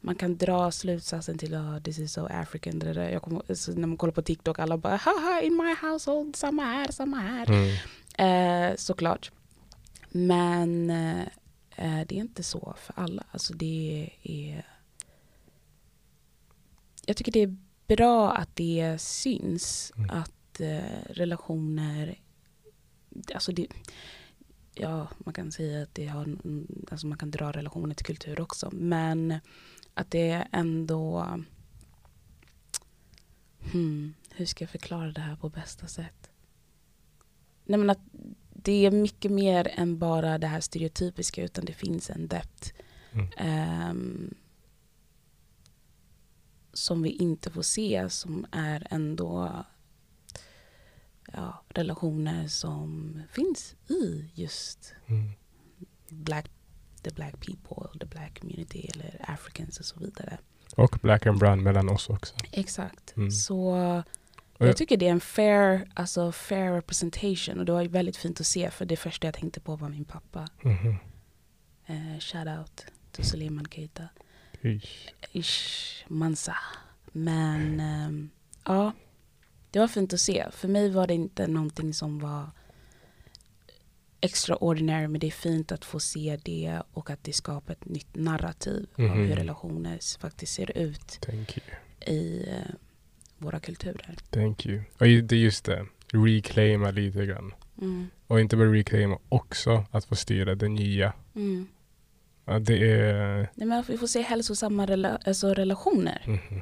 Speaker 3: man kan dra slutsatsen till oh, this is so African. Det där. Jag kommer, så när man kollar på TikTok alla bara haha in my household, samma här, samma här.
Speaker 2: Mm.
Speaker 3: Eh, såklart. Men eh, eh, det är inte så för alla. Alltså det är... Jag tycker det är bra att det syns
Speaker 2: Mm.
Speaker 3: att eh, relationer... Alltså det, ja, man kan säga att det har, en- alltså man kan dra relationer till kultur också. Men att det ändå... Hmm, hur ska jag förklara det här på bästa sätt? Nej men att det är mycket mer än bara det här stereotypiska utan det finns en depth.
Speaker 2: Mm.
Speaker 3: ehm, som vi inte får se som är ändå ja, relationer som finns i just
Speaker 2: Mm.
Speaker 3: black, the black people, the black community eller africans och så vidare.
Speaker 2: Och black and brown mellan oss också.
Speaker 3: Exakt.
Speaker 2: Mm.
Speaker 3: Så
Speaker 2: Och jag-
Speaker 3: jag tycker det är en fair, alltså fair representation och det var ju väldigt fint att se för det första jag tänkte på var min pappa.
Speaker 2: Mhm.
Speaker 3: Eh, shout out till Suleiman Keita.
Speaker 2: Ish.
Speaker 3: Ish, Mansa. Men ehm, ja, det var fint att se. För mig var det inte någonting som var extraordinary men det är fint att få se det och att det skapar ett nytt narrativ av
Speaker 2: Mhm.
Speaker 3: hur relationer s- faktiskt ser ut
Speaker 2: Thank you.
Speaker 3: i eh, våra kulturer.
Speaker 2: Thank you. Och ju- det är just det. Reclaima lite grann.
Speaker 3: Mm.
Speaker 2: Och inte bara reclaima, också att få styra det nya.
Speaker 3: Mm.
Speaker 2: Ja, det är...
Speaker 3: Nej, men vi får se hälsosamma rela- alltså relationer.
Speaker 2: Mhm.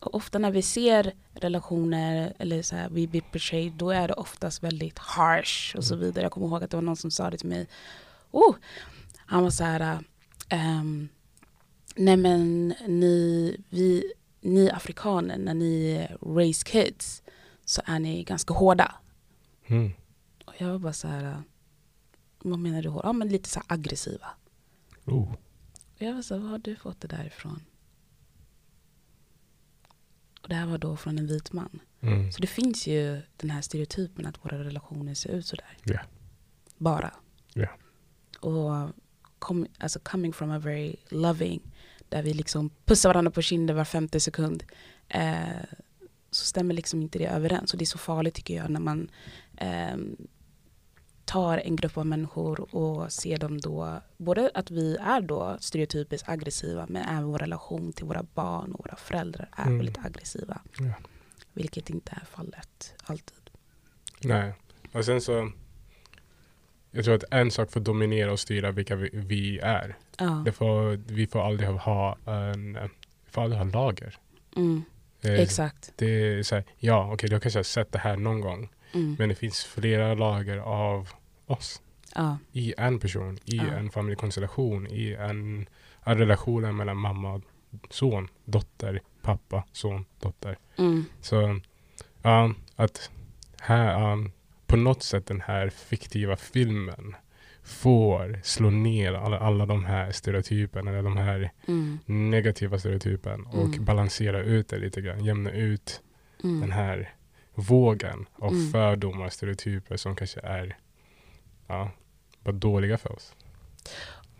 Speaker 3: Och ofta när vi ser relationer eller så här, vi blir betrayed, då är det oftast väldigt harsh och så vidare. Jag kommer ihåg att det var någon som sa det till mig. Oh, han var så här, ehm, nej men ni, vi, ni afrikaner, när ni raise kids så är ni ganska hårda.
Speaker 2: Mm.
Speaker 3: Och jag var bara så här, vad menar du hårda? Ja men lite så här aggressiva.
Speaker 2: Oh.
Speaker 3: Och jag var så här, var har du fått det där ifrån? Och det här var då från en vit man.
Speaker 2: Mm.
Speaker 3: Så det finns ju den här stereotypen att våra relationer ser ut sådär.
Speaker 2: Ja.
Speaker 3: Bara.
Speaker 2: Ja.
Speaker 3: Och kom, alltså coming from a very loving, där vi liksom pussar varandra på kinden var femte sekund, eh, så stämmer liksom inte det överens. Och det är så farligt tycker jag när man ehm, tar en grupp av människor och ser dem då, både att vi är då stereotypiskt aggressiva, men även vår relation till våra barn och våra föräldrar är
Speaker 2: Mm.
Speaker 3: väldigt aggressiva.
Speaker 2: Ja.
Speaker 3: Vilket inte är fallet alltid.
Speaker 2: Nej. Och sen så... Jag tror att en sak får dominera och styra vilka vi, vi är.
Speaker 3: Ja.
Speaker 2: Det får, vi får aldrig ha en... eh, Vi får aldrig ha lager.
Speaker 3: Mm.
Speaker 2: Eh,
Speaker 3: Exakt.
Speaker 2: Det är så här, ja okej, då kanske jag har sett det här någon gång.
Speaker 3: Mm.
Speaker 2: Men det finns flera lager av oss.
Speaker 3: Ja.
Speaker 2: i en person, i
Speaker 3: Ja.
Speaker 2: en familjekonstellation, i en, en relation mellan mamma, son, dotter, pappa, son, dotter.
Speaker 3: Mm.
Speaker 2: Så ja, att här, um, på något sätt den här fiktiva filmen får slå ner alla, alla de här stereotyperna, eller de här
Speaker 3: Mm.
Speaker 2: negativa stereotypen och
Speaker 3: Mm.
Speaker 2: balansera ut det lite grann, jämna ut
Speaker 3: Mm.
Speaker 2: den här vågen av
Speaker 3: Mm.
Speaker 2: fördomar och stereotyper som kanske är ja, bara dåliga för oss.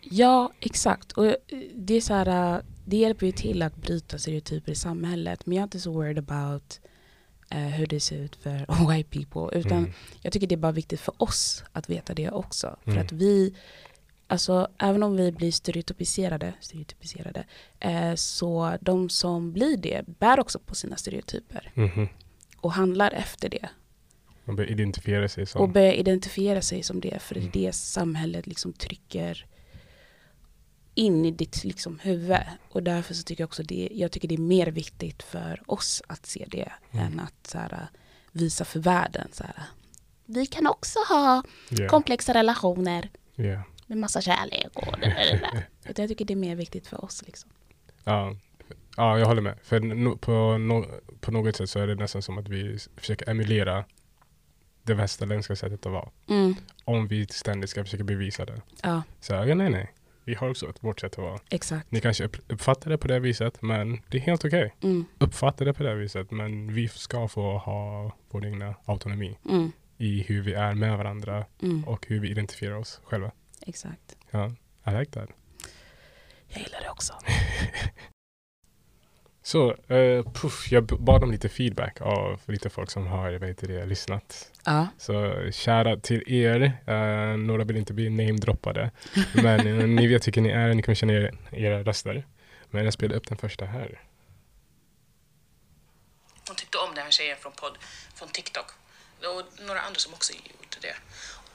Speaker 3: Ja, exakt. Och eh, det, är så här, eh, det hjälper ju till att bryta stereotyper i samhället. Men jag är inte så worried about eh, hur det ser ut för white people. Utan
Speaker 2: Mm.
Speaker 3: jag tycker det är bara viktigt för oss att veta det också. För
Speaker 2: Mm.
Speaker 3: att vi, alltså även om vi blir stereotypiserade, stereotypiserade eh, så de som blir det bär också på sina stereotyper
Speaker 2: Mhm.
Speaker 3: och handlar efter det.
Speaker 2: Man börjar identifiera sig som.
Speaker 3: och börja identifiera sig som det för det är
Speaker 2: Mm.
Speaker 3: det samhället liksom trycker in i ditt liksom huvud och därför så tycker jag också det jag tycker det är mer viktigt för oss att se det
Speaker 2: Mm.
Speaker 3: än att så här, visa för världen så här, vi kan också ha
Speaker 2: yeah.
Speaker 3: komplexa relationer
Speaker 2: Yeah.
Speaker 3: med massa kärlek och det där, det där. Utan jag tycker det är mer viktigt för oss liksom.
Speaker 2: Ja. ja, jag håller med. För no, på, no, på något sätt så är det nästan som att vi s- försöker emulera det västerländska sättet att vara.
Speaker 3: Mm.
Speaker 2: Om vi ständigt ska försöka bevisa det.
Speaker 3: Ja,
Speaker 2: Så ja, nej, nej. Vi har också ett vårt sätt att vara.
Speaker 3: exakt.
Speaker 2: Ni kanske upp- uppfattar det på det viset, men det är helt okej.
Speaker 3: Mm,
Speaker 2: Uppfatta det på det viset, men vi ska få ha vår egna autonomi
Speaker 3: mm,
Speaker 2: i hur vi är med varandra
Speaker 3: mm,
Speaker 2: och hur vi identifierar oss själva.
Speaker 3: exakt.
Speaker 2: Ja, I like that.
Speaker 3: Jag gillar det också.
Speaker 2: Så, eh, puff, jag b- bad om lite feedback av lite folk som har vad heter det, lyssnat.
Speaker 3: Ja.
Speaker 2: Så kära till er. Eh, några vill inte bli namedroppade. Men eh, ni vet vilka ni är, ni kommer känna er, era röster. Men jag spelar upp den första här.
Speaker 1: Hon tyckte om den här tjejen från podd, från TikTok. Och några andra som också gjorde det.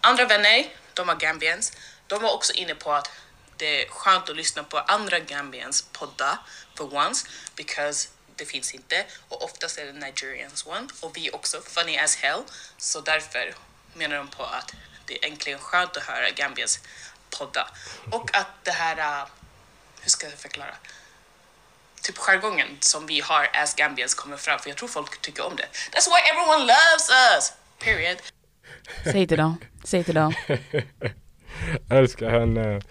Speaker 1: Andra vänner, de var gambiens. De var också inne på att det är skönt att lyssna på andra gambiens poddar for once because det finns inte och oftast är det nigerians one och vi också funny as hell. Så därför menar de på att det är äntligen skönt att höra gambiens poddar och att det här, äh, hur ska jag förklara? typ jargongen som vi har as Gambians kommer fram för jag tror folk tycker om det. That's why everyone loves us! Period.
Speaker 3: Säg till dem. Säg till dem.
Speaker 2: Älskar henne.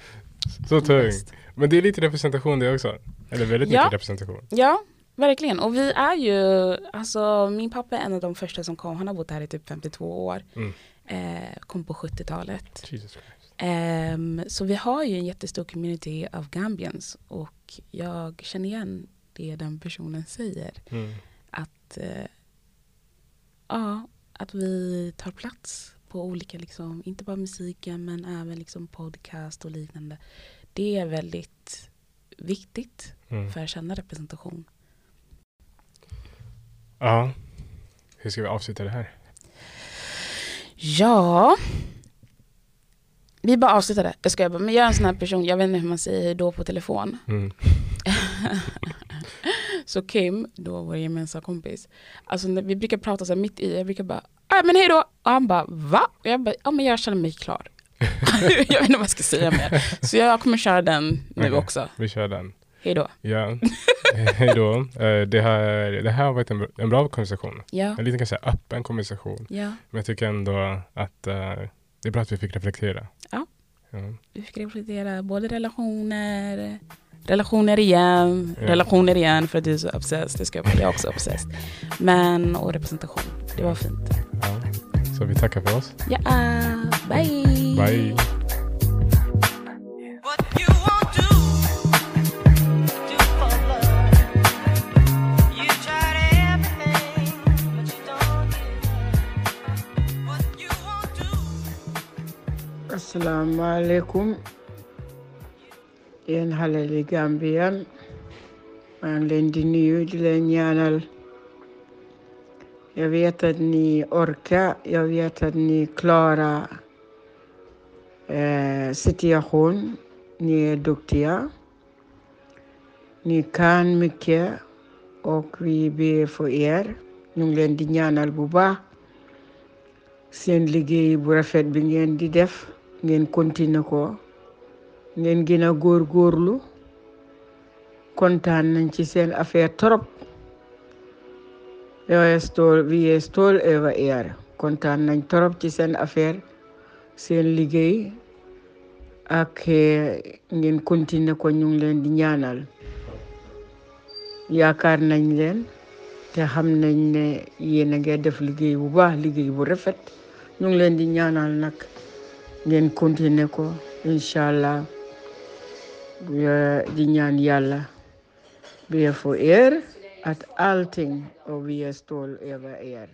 Speaker 2: Så tung.
Speaker 3: Bäst.
Speaker 2: Men det är lite representation det också. Eller väldigt
Speaker 3: Ja.
Speaker 2: mycket representation.
Speaker 3: Ja, verkligen. Och vi är ju, alltså min pappa är en av de första som kom. Han har bott här i typ 52 år.
Speaker 2: Mm.
Speaker 3: Eh, kom på 70-talet.
Speaker 2: Jesus Christ.
Speaker 3: Ehm, så vi har ju en jättestor community av Gambians och jag känner igen det den personen säger.
Speaker 2: Mm.
Speaker 3: Att, eh, ja, att vi tar plats på olika, liksom, inte bara musiken men även liksom podcast och liknande. Det är väldigt viktigt
Speaker 2: Mm.
Speaker 3: för att känna representation.
Speaker 2: Ja. Hur ska vi avsluta det här?
Speaker 3: Ja. Vi bara avslutar det. Jag skojar bara, men jag är en sån här person, jag vet inte hur man säger hej då på telefon.
Speaker 2: Mm.
Speaker 3: Så Kim, då vår gemensamma kompis, alltså när vi brukar prata så här mitt i, jag brukar bara, ah, men hej då, och han bara, va? Och jag bara, ja men jag känner mig klar. jag vet inte vad jag ska säga mer. Så jag kommer köra den nu
Speaker 2: Okej.
Speaker 3: också.
Speaker 2: Vi kör den.
Speaker 3: Hej då.
Speaker 2: Ja. Hej då. Eh, Det här, det här har varit en, bra- en bra konversation.
Speaker 3: Ja.
Speaker 2: En liten kanske öppen konversation.
Speaker 3: Ja,
Speaker 2: Men jag tycker ändå att eh, det är bra att vi fick reflektera.
Speaker 3: Ja.
Speaker 2: Ja.
Speaker 3: vi fick reflektera både relationer, relationer igen,
Speaker 2: Ja.
Speaker 3: relationer igen för att du är så obsessed. Det ska jag vara, jag är också obsessed. Men, och representation. Det var fint.
Speaker 2: Ja. Så vi tackar för oss.
Speaker 3: Ja, bye.
Speaker 2: Bye.
Speaker 4: What you won't do, do for love. You tried everything, but you don't give up. What you won't do.
Speaker 5: Assalamu alaikum. Yéen xale li Gambian maa ngi leen di nuyu di leen ñaanal jag vet att ni orkar jag vet att ni klarar eh, situation ni är duktiga ni kan mycket och vi ber för er ñu ngi leen di ñaanal bu baax seen liggéey bu rafet bi ngeen di def ngeen continuer ko ngeen gën a góorgóorlu kontaan nañ ci seen affaire torop yo stol vi est stol eva ear kontaan nañ torop ci seen affaire seen liggéey ak eh, ngeen continuer ko ñu ngi leen di ñaanal yaakaar nañ leen te xam nañ ne yéen a ngi def liggéey bu baax liggéey bu rafet ñu ngi leen di ñaanal nag ngeen continuer ko incha allah di ñaan yàlla be for er at all thing or we are stall ever air